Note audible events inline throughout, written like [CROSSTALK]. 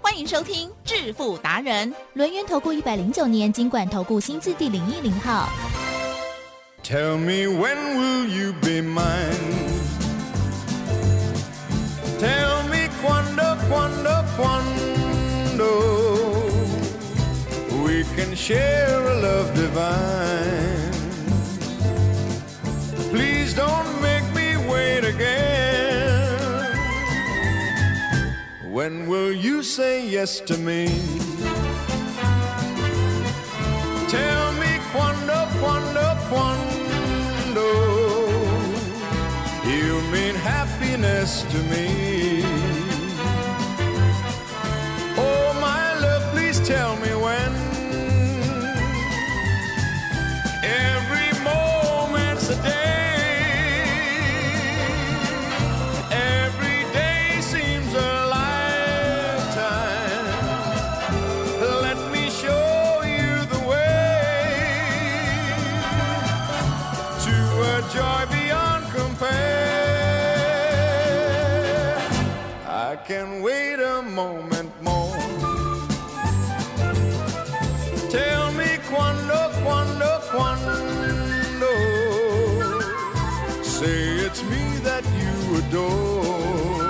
欢迎收听《致富达人》。轮源投顾一百零九年经管投顾新字第零一零号。 Tell me when will you be mine? Tell me quando, quando, quando we can share a love divine. Please don't make me wait again. When will you say yes to me? Tell me quando, quando, quando you mean happiness to me. Oh, my love, please tell me when. Every moment's a day. Every day seems a lifetime. Let me show you the way to a joy beyond compare. I can wait a moment more. Tell me quando, quando, quando. Say it's me that you adore.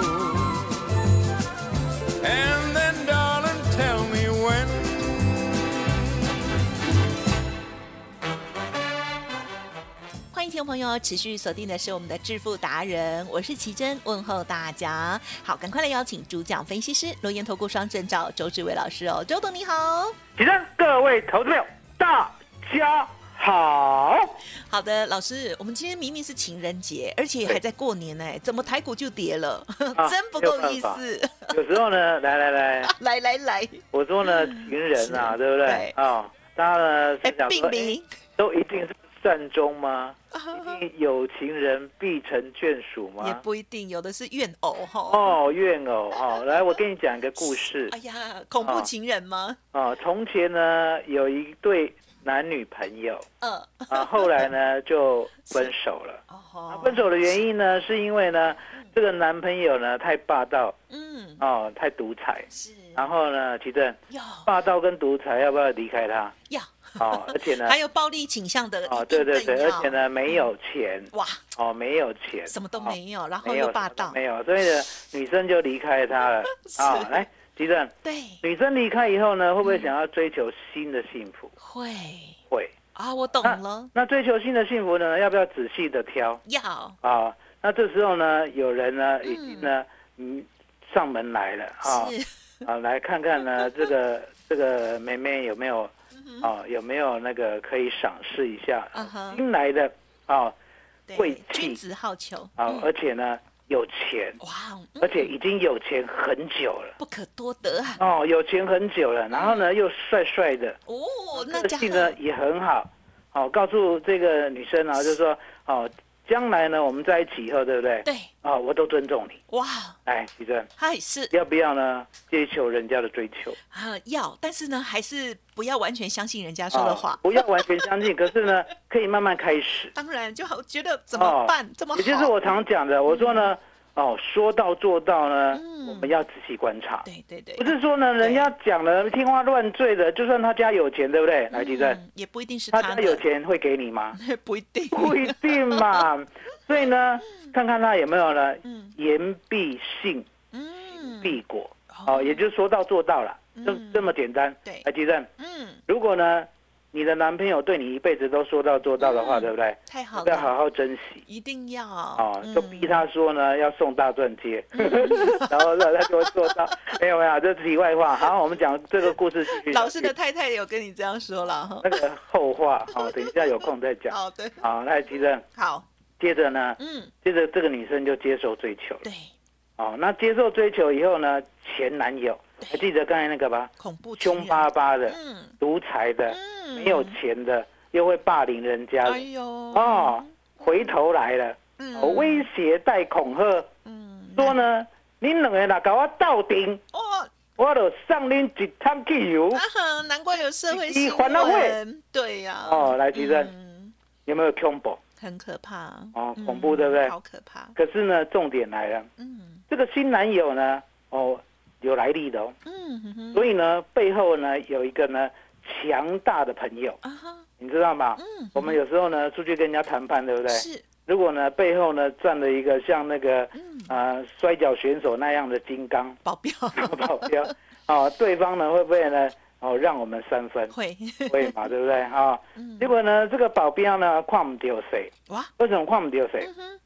And then, darling, tell me when. 欢迎听众朋友持续锁定的是我们的致富达人，我是奇珍，问候大家。好，赶快来邀请主讲分析师罗源投顾双证照周志伟老师哦，周董你好。起身，各位投资朋友，大家好。好的，老师，我们今天明明是情人节，而且还在过年呢，怎么台股就跌了？[LAUGHS] 啊真不够没意有办法思。有时候呢，来来 [LAUGHS] 来，来来来，我说呢，情人啊，对不对对？啊，大家呢哎是想，说并，哎明，都一定是善终 [LAUGHS] 啊吗？一定有情人必成眷属也吗？不一定，有的是怨偶哈。哦，怨偶哦，来，我跟你讲一个故 [LAUGHS] 事哎呀，恐怖啊情人吗？啊。从前呢，有一对男女朋友嗯， [LAUGHS] 啊，后来呢就分手了。啊哦，分手的原因呢，是因为呢，这个男朋友呢太霸道嗯，哦，太独裁。是，然后呢，奇正要霸道跟独裁要不要离开他？要，哦，而且呢还，有暴力倾向的，哦，一对定对更对，而要且，呢，没有钱，哇，哦，没有钱，啊什么都哦，没有，然后没有又霸什么都道，没有，所以呢，女生就离开他了。[LAUGHS] 啊、是来，奇正，对，女生离开以后呢，会不会想要追求新的幸福？会会。啊，我懂了，那追求新的幸福呢，要不要仔细的挑要啊、那这时候呢，有人呢，已经呢，嗯，上门来了啊。是， [LAUGHS] 啊，来看看呢，这个这个妹妹有没有啊，有没有那个可以赏识一下嗯哼，新来的啊贵对，气君子好逑，啊嗯，而且呢有钱，哇，嗯而且已经有钱很久了不可多得啊，哦，有钱很久了，然后呢又帅帅的，哦，那个家性呢伙也很好，哦，告诉这个女生啊，就说哦，将来呢我们在一起以后，对不对？对，啊，我都尊重你，哇，哎，徐真，他也是要不要呢追求人家的追求？啊，要，但是呢，还是不要完全相信人家说的啊话，不要完全相信，可是呢，可以慢慢开始。哦当然就好，觉得 [LAUGHS] 怎么办？这么好，啊也就是我常讲的，我说呢，哦，说到做到呢，嗯我们要仔细观察，对对对不。是说呢，人家讲了天花乱坠的，就算他家有钱，对不对？来，地震，嗯，也不一定是他他家的，有钱会给 [LAUGHS] 你吗？不一定，不一定嘛。所以呢，看看他有没有呢嗯，言必信， [LAUGHS] 嗯，必果，哦哦，也就是说到做到了，就嗯这么简单。对来，地震，嗯，如果呢，你的男朋友对你一辈子都说到做到的话，嗯对不对？太好要了，好好珍惜一定要啊！嗯就逼他说呢，要送大钻戒， [LAUGHS] 然后让他就会做到。没有没有，这是题外话。好，我们讲这个故事继续。老师的太太有跟你这样说 [LAUGHS] 了哈，那个后话，好，等一下有空再讲。好的，好，那接着好，接着呢，嗯，接着这个女生就接受追求了。对，哦，那接受追求以后呢，前男友还记得刚才那个吧？恐怖情人凶巴，巴的、嗯独裁的、嗯，没有钱的、又会霸凌人家哎的，呦，哦，回头来了，嗯，哦威胁带恐吓，嗯，说呢，恁两个若甲我斗阵，哦，我就送恁一桶汽油。啊呵，难怪有社会你新还他闻，对呀、哦，来提升嗯，有没有恐怖？很可怕，哦嗯恐怖对不对好可怕，可是呢，重点来了，嗯这个新男友呢，哦，有来历的哦，嗯哼哼所以呢，背后呢有一个呢强大的朋友，啊哈，你知道吗？嗯，我们有时候呢出去跟人家谈判，对不对？是，如果呢背后呢站了一个像那个嗯，呃摔跤选手那样的金刚保镖？[LAUGHS] 保镖， [LAUGHS] 哦，对方呢会不会呢哦让我们三分 [LAUGHS] 会， [LAUGHS] 会嘛，对不对？啊、嗯结果呢这个保镖呢看不掉谁？哇，为什么看不掉谁？嗯哼，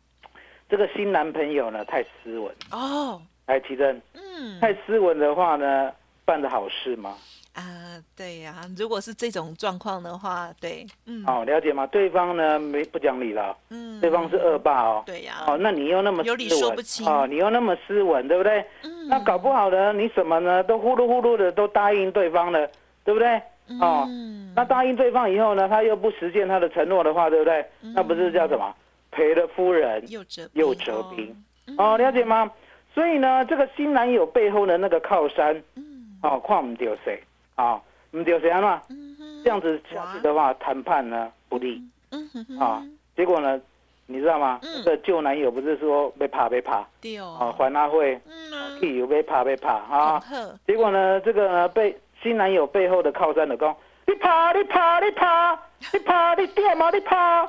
这个新男朋友呢太斯文，哦，来提振，嗯，太斯文的话呢办的好事吗？啊，对呀、如果是这种状况的话，对，嗯，哦，了解吗？对方呢没不讲理了，嗯，对方是恶霸哦。对呀、哦，那你又那么斯文有理说不清哦，你又那么斯文，对不对？嗯，那搞不好呢，你什么呢，都呼噜呼噜的都答应对方了，对不对？哦，嗯，那答应对方以后呢，他又不实现他的承诺的话，对不对？嗯那不是叫什么赔了夫人又折又兵折哦兵，哦，了解吗？所以呢，这个新男友背后的那个靠山，嗯哦，看唔丢谁啊，唔丢谁啊嘛，嗯哼，这样子下去的话，谈判呢不利嗯哼哼啊。结果呢，你知道吗？嗯这旧男友不是说被怕被怕对啊，哦，还他会嗯啊，屁友被怕被怕啊。恐吓结果呢，这个呢被新男友背后的靠山的公，你爬你爬你爬你爬你点嘛你 [LAUGHS] 爬，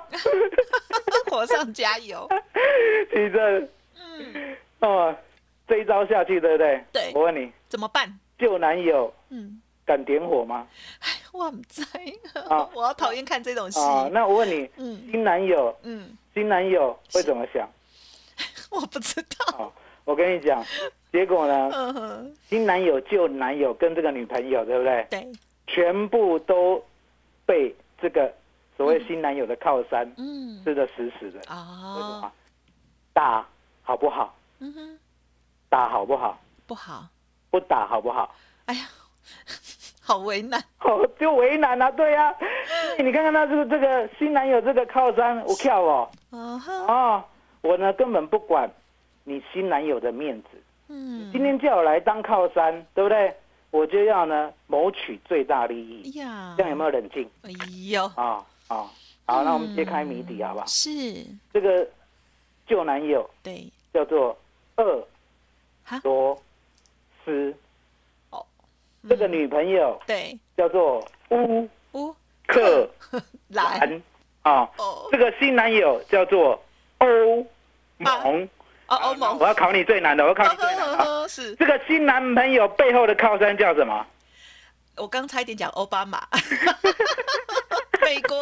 [LAUGHS] 火上加 [LAUGHS] 油，你这嗯，哦，这一招下去对不对？对我问你，怎么办？旧男友嗯，敢点火吗？我唔知啊， [LAUGHS] 我好讨厌看这种戏，啊，那我问你，嗯新男友嗯，新男友会怎么想？我不知道，哦，我跟你讲，结果呢，嗯哼，新男友、旧男友跟这个女朋友，对不对？对，全部都被这个所谓新男友的靠山嗯，吃的死死的。为什哦么，？打好不好？嗯哼，打好不好？不好，不打好不好？ [LAUGHS] 哎呀， [LAUGHS] 好为难，哦，就为难啊，对啊。所以你看看他这个这个新男友这个靠山，我跳哦，嗯哼，哦，我呢根本不管你新男友的面子，嗯，今天叫我来当靠山，对不对？我就要呢谋取最大利哎益，呀，这样有没有冷静哎呦，啊？啊，好，那我们揭开谜底好不好？是，这个旧男友对，叫做鄂哈罗斯，哦，这个女朋友对，叫做乌乌克 [LAUGHS] 来兰啊，哦这个新男友叫做欧啊盟。哦欧盟我，要考你最难的，我要考你最难的。啊哦是这个新男朋友背后的靠山叫 [LAUGHS] 什么？我刚差一点讲奥巴 [LAUGHS] 马，美国，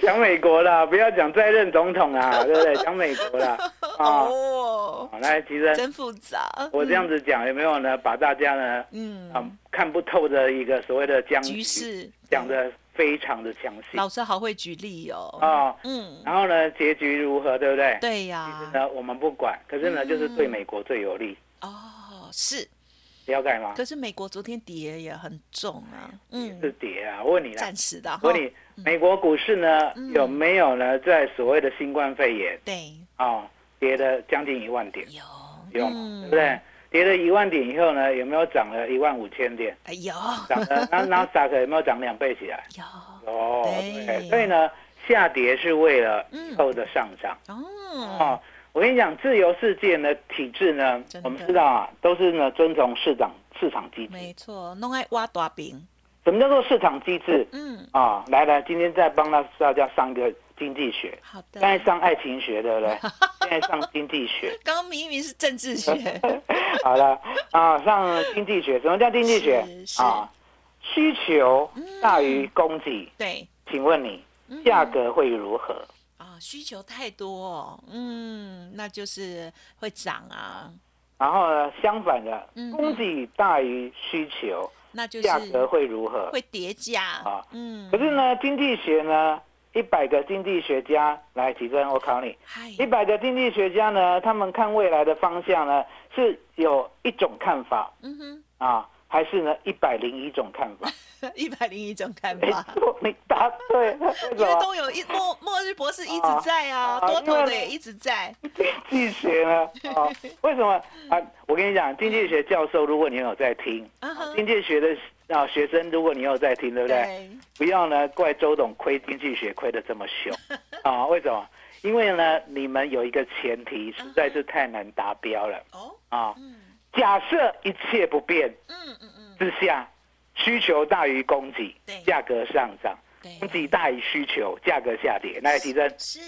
讲美国啦，不要讲在任总 [LAUGHS] 统啦，对不对？讲美国啦，啊，哦，好来，其实真复杂。我这样子讲有没有呢？把大家呢，嗯，啊嗯，看不透的一个所谓的僵局局势嗯嗯讲的非常的详细老师好会举例哦。啊，嗯，然后呢，结局如何，对不对？对其呀实，呢，我们不管，可是呢，嗯就是对美国最有利，哦是，了解吗？可是美国昨天跌也很重啊，是嗯，跌啊，我问你啦暂，时的哈我，问你，美国股市呢嗯有没有呢，在所谓的新冠肺炎对，啊，跌了将近一万点？有有嘛，对不？对嗯？跌了一万点以后呢，有没有涨了一万五 [LAUGHS] 千点？哎有涨了，那纳斯达克有没有涨两倍起来？有哦，对嗯对，所以呢，下跌是为了以后的上涨。哦，哦，我跟你讲，自由世界呢体制呢真的，我们知道啊，都是呢遵从市场市场机制。没错，弄爱挖大饼，什么叫做市场机制嗯，啊？来来，今天再帮大大家上一个经济学，好的刚。才上爱情学，[LAUGHS] 对不对？现在上经济学。 [LAUGHS] 刚刚明明是政治学，好了啊，上经济学，什么叫经济学是是啊？需求大于供给，对请问你嗯价格会如何？啊，需求太多、哦，嗯，那就是会涨啊，然后呢，相反的嗯，供给大于需求，那就是价格会如何？会叠加啊嗯，可是呢，经济学呢，一百个经济学家来提问，我考你，嗨，一百个经济学家呢，他们看未来的方向呢，是有一种看法嗯哼， [LAUGHS] 啊，还是呢一百零一种看法？一百零一种看没法。错，你答对 [LAUGHS] 了，为因什为么？都有一末末日博士一直在啊，啊多头因为的也一直在。经济学呢？ [LAUGHS] 啊，为什么啊？我跟你讲，经济学教授，如果你有在听，啊哈经济学的啊学生，如果你有在听，对不对？对，不要呢怪周董亏经济学亏得这 [LAUGHS] 么凶啊？为什么？因为呢，你们有一个前提实在是太难达标了哦，啊。嗯假设一切不变嗯嗯嗯，之下，需求大于供给对，价格上涨；供对，给大于需求，价格下跌。那提升是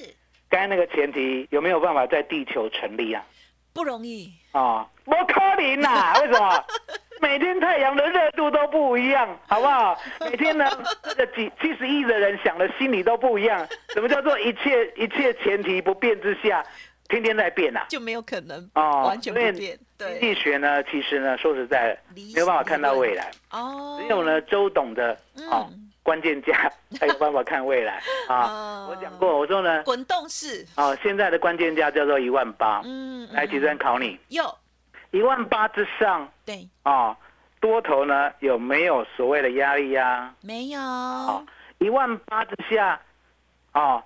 刚才那个前提有没有办法在地球成立啊？不容易。啊，不可能 [LAUGHS] 呐、为什么？每天太阳的热度都不一样，好不好？每天呢，这个几七十亿的人想的心里都不一样。什么叫做一切一切前提不变之下，天天在变呐、就没有可能，哦完全不所以变。经对，济学呢，其实呢，说实在的，理没有办法看到未来，哦，只有呢，周董的啊、嗯关 [LAUGHS] 键价才有办法看未来啊。哦我讲过，我说呢，滚动式，啊，现在的关键价叫做一万八。嗯，来，嗯提升考你，又一万八之上对，啊，多头呢有没有所谓的压力呀、没有啊？一万八之下，啊，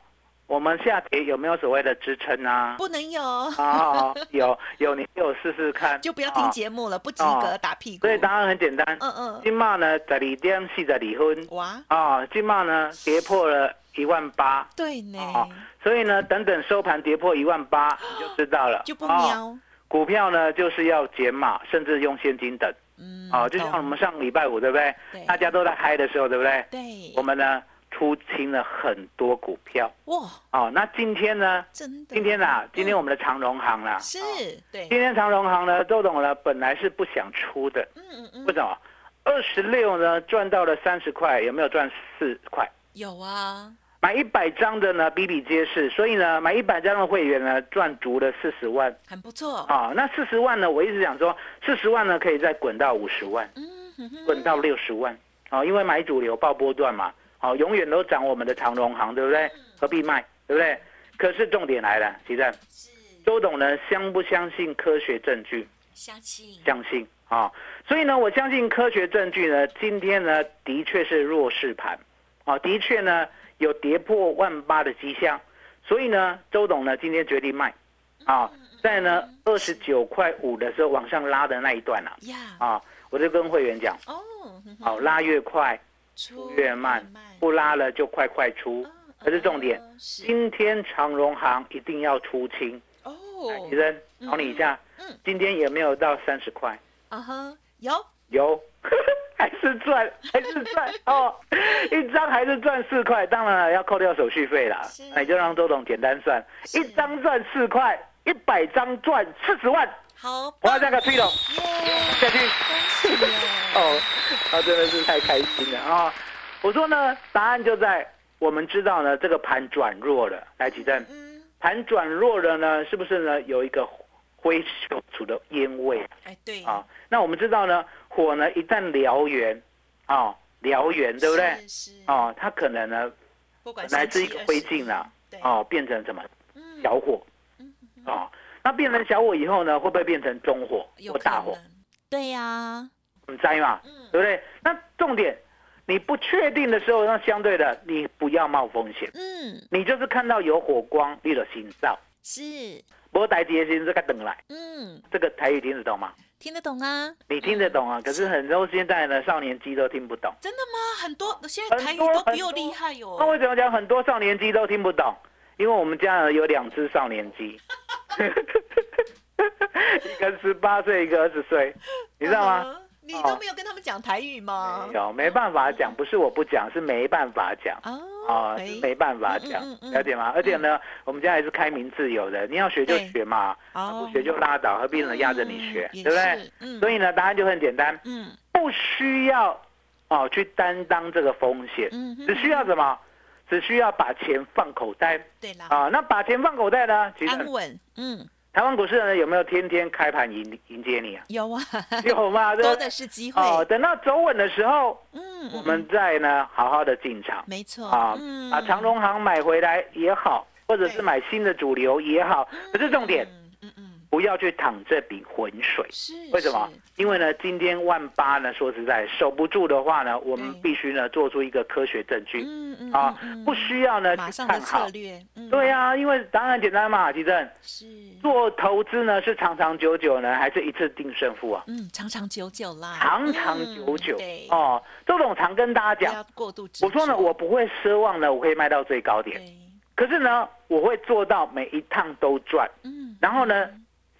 我们下跌有没有所谓的支撑啊？不能有，啊， [LAUGHS] 有有，你有试试看，就不要听啊。节目了，不及格哦打屁股所以。答案很简单，嗯嗯，金茂呢在里点系在离婚哇，啊，金茂呢跌破了一万八。对呢，啊，所以呢，等等收盘跌破一万八，你就知道了。 [GASPS] 就不啊瞄。股票呢，就是要减码，甚至用现金等。嗯，啊，就像我懂们上礼拜五，对不对？对大家都在嗨的时候，对不对？对，我们呢出清了很多股票哇，哦。那今天呢？真的，今天啊，今天嗯我们的长荣行啦，是哦对，今天长荣行呢，周董呢本来是不想出的，嗯嗯为嗯，什么？二十六呢赚到了三十块，有没有赚四块？有啊，买一百张的呢比比皆是，所以呢买一百张的会员呢赚足了四十万很不错。啊、那四十万呢，我一直讲说四十万呢可以再滚到五十万。嗯哼哼滚到六十万，哦，因为买主流爆波段嘛，哦，永远都涨我们的长荣行，对不对？何必卖，对不对？可是重点来了，其正，是周董呢相不相信科学证据？相信，相信啊、所以呢，我相信科学证据呢，今天呢的确是弱势盘，啊、的确呢有跌破万八的迹象，所以呢，周董呢今天决定卖，啊、在呢二十九块五的时候往上拉的那一段啊，呀，啊、我就跟会员讲，哦，哼哼啊好、拉越快。出越慢，不拉了就快快出。可是重点，嗯是今天长荣行一定要出清。哎来哦其，生，考你一下嗯，今天有没有到三十块？啊哈，有有， [LAUGHS] 还是 [LAUGHS] 赚，还是赚哦，一张还是赚四块，当然了要扣掉手续费啦是。那你就让周董简单算，是一张赚四块，一百张赚四十万。好我要棒，这个推动耶，下去。！恭喜耶哦，他真的是太开心了啊、我说呢，答案就在我们知道呢，这个盘转弱了。来，启正，嗯，盘转弱了呢，是不是呢有一个灰熊处的烟味哎，对啊，？那我们知道呢，火呢一旦燎原，啊，燎原对不对？是是，啊，它可能呢不管本来是一37个灰烬啦， 20对，啊，变成什么嗯小火嗯嗯啊？那变成小火以后呢，会不会变成中火有或可大火？能，对呀、我们摘嘛，嗯对不对？那重点，你不确定的时候，那相对的，你不要冒风险。嗯，你就是看到有火光，你就心照。是，我台阶先这个等来，嗯，这个台语听得懂吗？听得懂啊，你听得懂啊？可是很多现在的少年机都听不懂。真的吗？很多现在台语啊很多啊都比我很多厉害哟那。为什么讲很多少年机都听不懂？因为我们家有两只少年机，一个十八岁，一个二十岁，你知道吗？啊嗯？你都没有跟他们讲台语吗没？有，没办法讲，不是我不讲，是没办法讲。哦啊，哎是没办法讲嗯嗯嗯，嗯了解吗？而且呢，我们家也是开明自由的，你要学就对学嘛，啊哦不学就拉倒，何必呢压着你学，嗯对不对也是？嗯所以呢，答案就很简单，嗯不需要哦去担当这个风险，嗯哼，只需要什么？只需要把钱放口袋对啦，啊。那把钱放口袋呢？其实安稳，嗯，？台湾股市呢有没有天天开盘迎迎接你啊 [LAUGHS] 有啊，有嘛？对 [LAUGHS] 多不的对？是机会。哦，等到走稳的时候，嗯，我们再呢好好的进场。没错啊嗯啊，长隆行买回来也好，或者是买新的主流也好，可是重点，嗯嗯嗯，不要去淌这笔浑水。是为什么？因为呢，今天万八呢，说实在守不住的话呢，我们对必须呢做出一个科学证据、嗯嗯啊嗯嗯，不需要呢马去上看的策好。略，嗯，对啊，因为当然简单嘛，吉正是，做投资呢是长长久久呢，还是一次定胜负啊？嗯，长长久久啦，长长久嗯久、对，哦，周董常跟大不家要讲，过度执我说呢，着我不会奢望呢，我可以卖到最高点，对，可是呢，我会做到每一趟都赚，嗯，然后呢，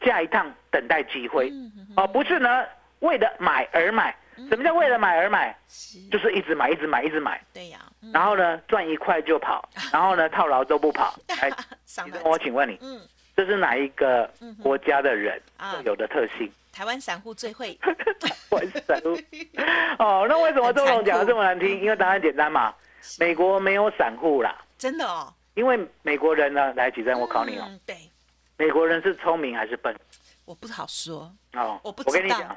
下一趟等待机会。嗯嗯嗯哦，不是呢，为了买而买。什么叫为了买而买？是，就是一直买，一直买，一直买，对呀，嗯然后呢赚一块就跑，然后呢套牢都不跑。 [LAUGHS] 哎，上你班问我请问你，嗯，这是哪一个嗯哼国家的人啊特有的特性？台湾散户最会， [LAUGHS] 我神乎啊 [LAUGHS] 哦，那为什么周总讲的这么难听？因为答案简单嘛，嗯美国没有散户啦。真的哦，因为美国人呢，来举证，我考你哦，嗯，对，美国人是聪明还是笨？我不好说，哦，我不知道跟你讲，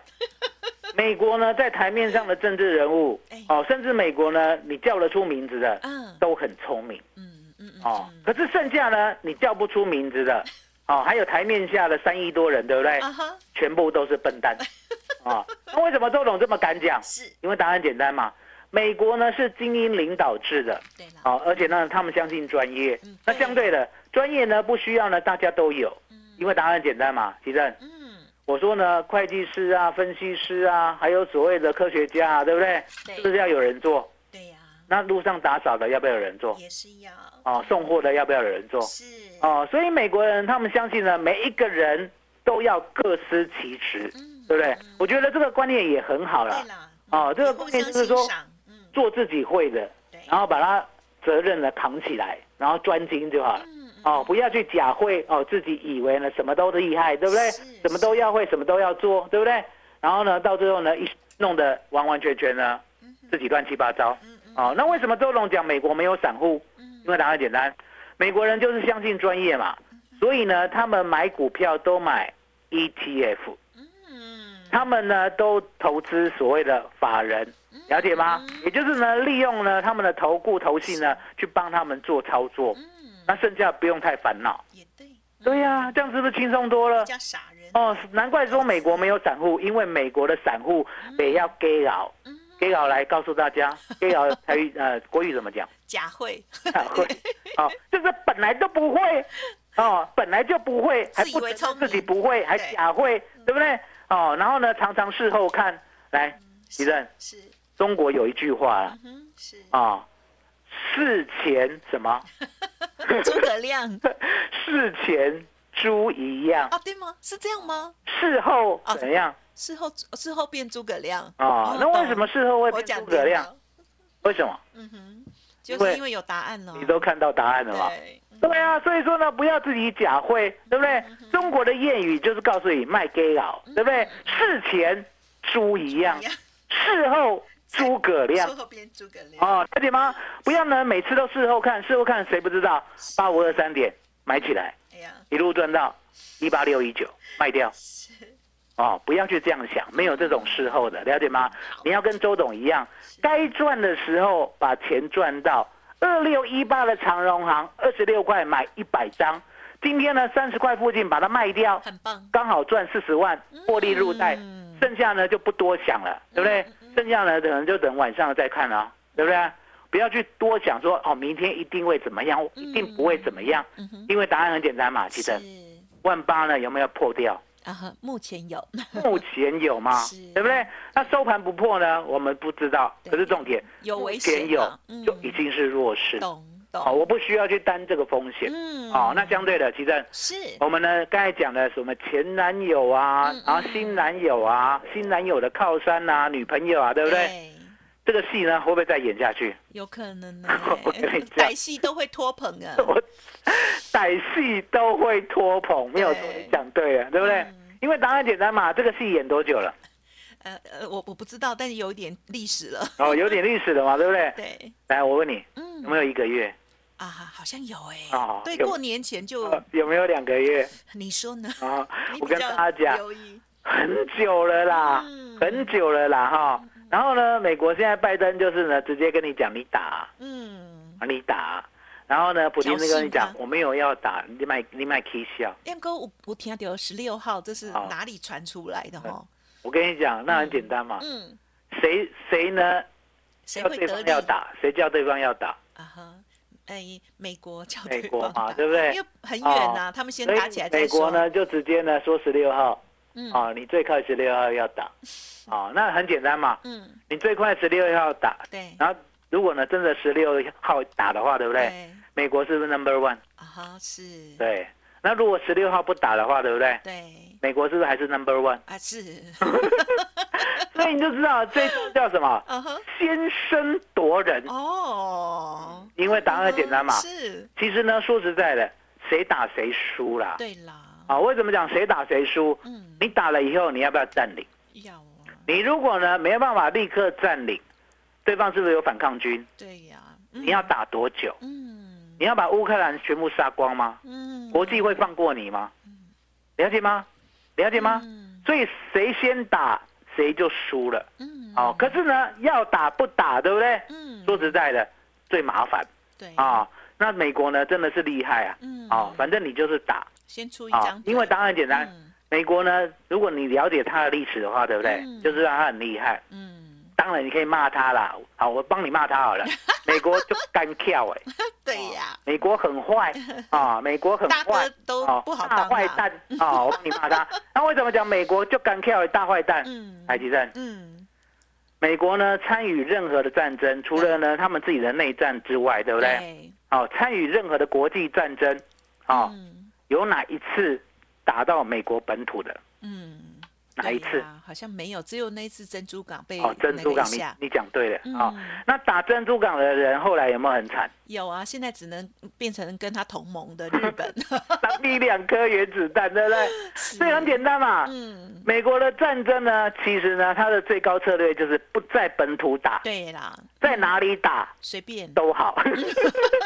美国呢，在台面上的政治人物哎，哦，甚至美国呢，你叫得出名字的，嗯都很聪明嗯嗯嗯，哦嗯。可是剩下呢，你叫不出名字的，哦，还有台面下的三亿多人，对不对？啊哈，全部都 [LAUGHS] 是笨蛋啊！那为什么周董这么敢讲？是因为答案简单嘛。美国呢是精英领导制的，对了，哦，而且呢，他们相信专业嗯。那相对的，专业呢不需要呢，大家都有，因为答案简单嘛。其正，嗯，我说呢，会计师啊、分析师啊，还有所谓的科学家啊，对不对？对是不是要有人做？对呀，那路上打扫的要不要有人做？也是要，哦，送货的要不要有人做？是，哦，所以美国人他们相信呢，每一个人都要各司其职，嗯对不对嗯？我觉得这个观念也很好对啦，啦，嗯哦这个互观念相就是欣说赏，嗯，做自己会的，对，然后把他责任呢扛起来，然后专精就好了。嗯嗯，哦，不要去假会哦，自己以为呢什么都厉害，对不对是？什么都要会，什么都要做，对不对？然后呢，到最后呢，一弄得完完全全呢，自己乱七八糟。嗯嗯哦，那为什么周龙讲美国没有散户？嗯因为答案简单，美国人就是相信专业嘛，所以呢，他们买股票都买 ETF，嗯，他们呢都投资所谓的法人，嗯了解吗？也就是呢，利用呢他们的投顾投信呢去帮他们做操作，嗯，那剩下不用太烦恼。也对，嗯对呀、这样是不是轻松多了比？较傻人，哦，难怪说美国没有散户，因为美国的散户也要 gay 佬嗯， ，gay 佬来告诉大 [LAUGHS] 家，gay 佬台语呃国语怎么讲？假会， [LAUGHS] 会，哦，就是本来都不会，哦，本来就不会，还自以不为知道聪自己明不会，还对嗯假会，对不对？哦，然后呢，常常事后看，来，是李正，是，中国有一句话啊嗯哼，是，哦，事前什么？诸葛亮，事前猪一样，啊，对吗？是这样吗？事后哦怎样？事后事后变诸葛亮啊、那为什么事后会我变讲诸葛对亮？了？为什么？嗯哼，就因为是因为有答案了。你都看到答案了嘛？哦对，嗯对啊，所以说呢，不要自己假会，对不对？中国的谚语就是告诉你卖给佬，对不对？事前猪一样嗯一，样事后诸葛亮哎事。后变诸葛亮。哦，了解吗？不要呢，每次都事后看，事后看谁不知道？八五二三点买起来，哎呀，一路赚到一八六一九，卖掉。是哦，不要去这样想，没有这种事后的，了解吗？你要跟周董一样，该赚的时候把钱赚到。二六一八的长荣行，二十六块买一百张，今天呢三十块附近把它卖掉，很棒，刚好赚四十万，获利入袋，剩下呢就不多想了，对不对？剩下呢可能就等晚上再看了，对不对？不要去多想说哦，明天一定会怎么样，一定不会怎么样，因为答案很简单嘛，其实是万八呢有没有破掉？啊哈，目前有 [LAUGHS] 目前有吗是？对不对？那收盘不破呢？我们不知道。对可是重点，有目危前险有嘛，嗯就已经是弱势。 [LAUGHS] 懂哦，懂，我不需要去担这个风险。嗯哦，那相对的，其实是我们呢，刚才讲的什么前男友啊嗯，然后新男友啊，新男友的靠山啊，女朋友啊，对不对？？这个戏呢，会不会再演下去？有可能呢 [LAUGHS] 我跟你讲， [LAUGHS] 歹戏都会拖棚啊， [LAUGHS] 我歹戏都会拖棚，没有错，对嗯你讲对啊了，对不对？因为答案简单嘛，这个戏演多久了？呃呃，我我不知道，但是有一点历史 [LAUGHS] 了，哦，有点历史了嘛，对不对？对，来，我问你，嗯有没有一个月？啊，好像有哎哦，对，有过年前就呃有没有两个月你说呢？啊？嗯 [LAUGHS] 你我比跟较大家讲，留意很久了啦，嗯很久了啦哈。然后呢，美国现在拜登就是呢，直接跟你讲你打，嗯，你打，然后呢，普丁就挑衅跟你讲他，我没有要打，你卖你卖 K 笑。燕哥，我我听到十六号这是好哪里传出来的哦？我跟你讲，那很简单嘛，嗯，谁谁呢谁叫会对得方利啊要打，谁叫对方要打？啊哈？哎，美国叫美对国方嘛打对不对哦因为很远呐，他们先所以打起来再美说。国呢就直接呢说十六号嗯啊，你最快十六号 [LAUGHS] 要打啊，那很简单嘛，嗯，你最快十六号打，对，然后如果呢真的十六号打的话，对不对？对美国是不是 number one？啊哈是，对，那如果十六号不打的话，对不对？对美国是不是还是 number [LAUGHS] one？啊 [LAUGHS] 是，，所以你就知道这招叫什么 [LAUGHS] 啊哈先声夺人，哦，啊因为答案很简单嘛。是，其实呢，说实在的，谁打谁输啦。对啦，啊，为什么讲谁打谁输？嗯，你打了以后，你要不要占领？要啊，你如果呢没有办法立刻占领，对方是不是有反抗军？对呀，你你要，打多久？嗯你要把乌克兰全部杀光吗？嗯，国际会放过你吗？了解吗？了解吗？嗯所以谁先打谁就输了。嗯，哦，可是呢，要打不打，对不对？嗯，说实在的，最麻烦对，啊、那美国呢，真的是厉害啊！嗯，啊、反正你就是打先出一啊、张嘴，因为答案很简单。嗯美国呢，如果你了解它的历史的话，对不对？嗯就知道它很厉害。嗯，当然你可以骂他啦，好，我帮你骂他好 [LAUGHS] 了。美国就干跳哎、对呀，美国很 [LAUGHS] 坏啊，美国很大坏哥。都哦不好大当坏啦， [LAUGHS] 蛋啊！我帮你骂他。那为什么讲美国就干跳哎大坏蛋？嗯，海基战，嗯，美国呢参与任何的战争，除了呢他们自己的内战之外，对不对？嗯对，哦，参与任何的国际战争，哦，嗯有哪一次打到美国本土的？嗯，哪一对次？呀好像没有，只有那一次珍珠港被哦，珍珠港那，个一你下你讲对了啊、哦嗯那打珍珠港的人后来有没有很 [LAUGHS] 惨？有啊，现在只能变成跟他同盟的日 [LAUGHS] 本，当地两颗原子弹，对不对？是所以很简单嘛。嗯，美国的战争呢，其实呢，它的最高策略就是不在本土打，对啦，在哪里打随便， [LAUGHS] 都好，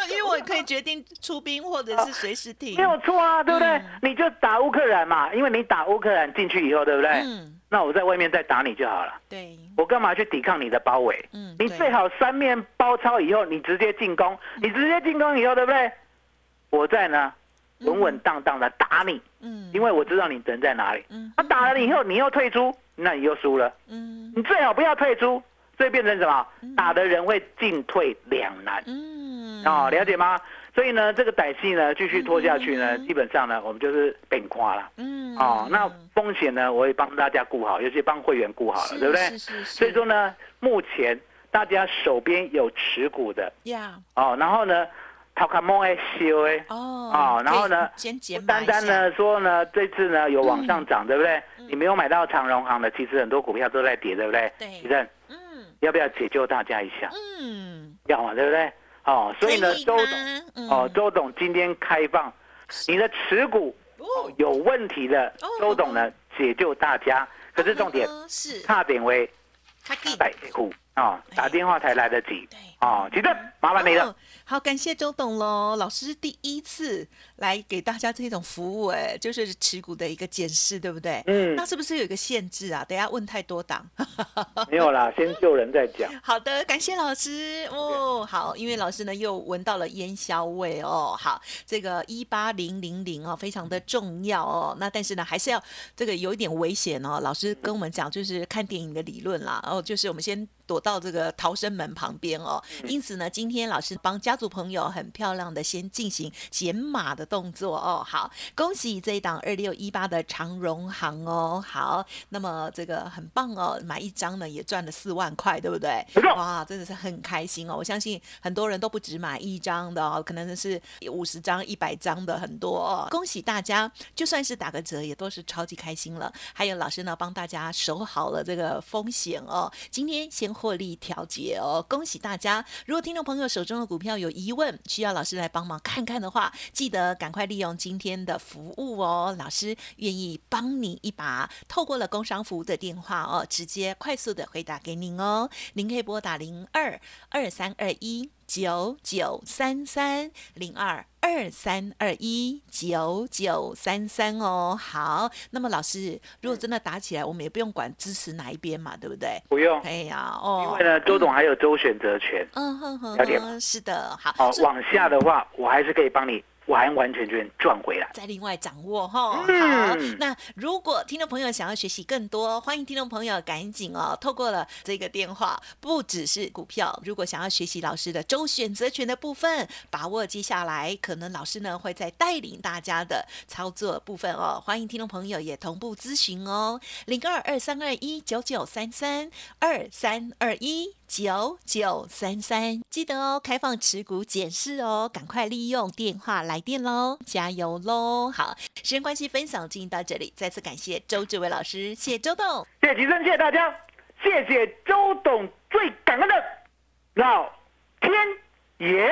因为我可以决定出兵或者是随时停没，有错啊，对不对？嗯你就打乌克兰嘛，因为你打乌克兰进去以后，对不对？嗯，那我在外面再打你就好了，对，我干嘛去抵抗你的包围？嗯，你对嗯最好三面包抄以后，你直接进攻，你直接进攻以后，对不对？我在呢，稳稳当当的打你，嗯，因为我知道你人在哪里。嗯他打了你以后，你又退出，那你又输了。嗯你最好不要退出，所以变成什么？打的人会进退两难嗯，哦，了解吗？所以呢，这个歹戏呢继续拖下去呢，基本上呢，我们就是变垮了嗯，哦。那风险呢，我也帮大家顾好，尤其帮会员顾好了，是哦对不对？是是是，所以说呢，目前大家手边有持股的呀，哦，然后呢，塔卡蒙哎修哎，哦，哦然后可以呢先减不买单一下嗯单呢说呢，这次呢有往上涨，对不对？你没有买到长荣行的，其实很多股票都在跌，对不对？对其实嗯要不要解救大家一下？嗯，要啊嘛，对不对？哦，所以呢，周董董，嗯哦，周董今天开放你的持股哦，有问题的哦，周董呢解救大家。可是重点嗯是差点为他给百股啊，哎打电话才来得及对。哦，其实麻烦你了。哦好，感谢周董喽，老师第一次来给大家这种服务、哎，就是持股的一个检视，对不对？嗯那是不是有一个限制啊？等一下问太多档。哦没 [LAUGHS] 有啦，先救人再讲。好的，感谢老师哦。好，因为老师呢又闻到了烟硝味哦。好，这个一八零零零哦，非常的重要哦。那但是呢，还是要这个有一点危险哦。老师跟我们讲，就是看电影的理论啦，哦，就是我们先躲到这个逃生门旁边哦。因此呢，今天老师帮家族朋友很漂亮的先进行减码的动作哦。好，恭喜这一档二六一八的长荣行哦。好，那么这个很棒哦，买一张呢也赚了四万块，对不对？没错哇，真的是很开心哦！我相信很多人都不止买一张的哦，可能是五十张、一百张的很多哦。恭喜大家，就算是打个折，也都是超级开心了。还有老师呢，帮大家守好了这个风险哦。今天先获利调节哦，恭喜大家！如果听众朋友手中的股票有疑问，需要老师来帮忙看看的话，记得赶快利用今天的服务哦，老师愿意帮你一把。透过了工商服务的电话哦，直接快速的回答给您哦。您可以拨打零二二三二一。九九三三零二二三二一九九三三哦。好，那么老师，如果真的打起来，我们也不用管支持哪一边嘛，对不对？不用，哎呀，因哦为，呢，周董还有周选择权。嗯哼哼了解哼，是的，好，哦，所以往下的话，我还是可以帮你完完全全赚回来。再另外掌握哈。嗯好，那如果听众朋友想要学习更多，欢迎听众朋友赶紧哦，透过了这个电话，不只是股票，如果想要学习老师的周选择权的部分，把握接下来可能老师呢会在带领大家的操作部分哦，欢迎听众朋友也同步咨询哦，零二二三二一九九三三二三二一。九九三三，记得哦，开放持股检视哦，赶快利用电话来电喽，加油喽！好，时间关系，分享进行到这里，再次感谢周志伟老师，谢谢周董，谢谢吉生，谢谢大家，谢谢周董，最感恩的老天爷。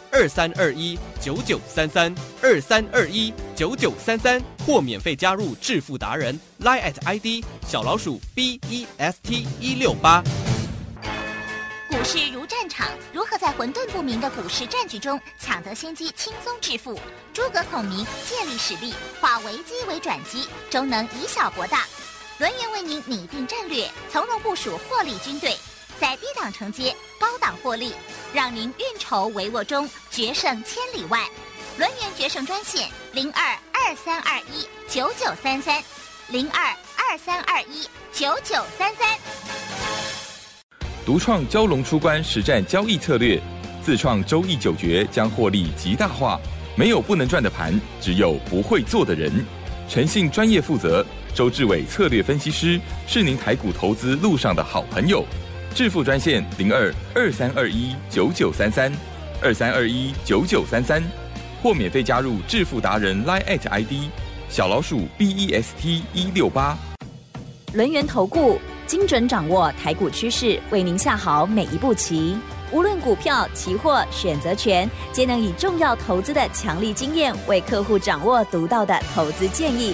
二三二一九九三三二三二一九九三三，或免费加入致富达人 Line at ID 小老鼠 B E S T 一六八。股市如战场，如何在混沌不明的股市战局中抢得先机，轻松致富？诸葛孔明借力使力，化危机为转机，终能以小博大。轮源为您拟定战略，从容部署获利军队，在低档承接，高档获利，让您运筹帷幄中决胜千里外。轮源决胜专线零二二三二一九九三三零二二三二一九九三三。独创蛟龙出关实战交易策略，自创周易九诀将获利极大化。没有不能赚的盘，只有不会做的人。诚信、专业、负责，周志伟策略分析师是您台股投资路上的好朋友。致富专线零二二三二一九九三三二三二一九九三三，或免费加入致富达人 Line at ID 小老鼠 B E S T 一六八。轮源投顾精准掌握台股趋势，为您下好每一步棋。无论股票、期货、选择权，皆能以重要投资的强力经验，为客户掌握独到的投资建议。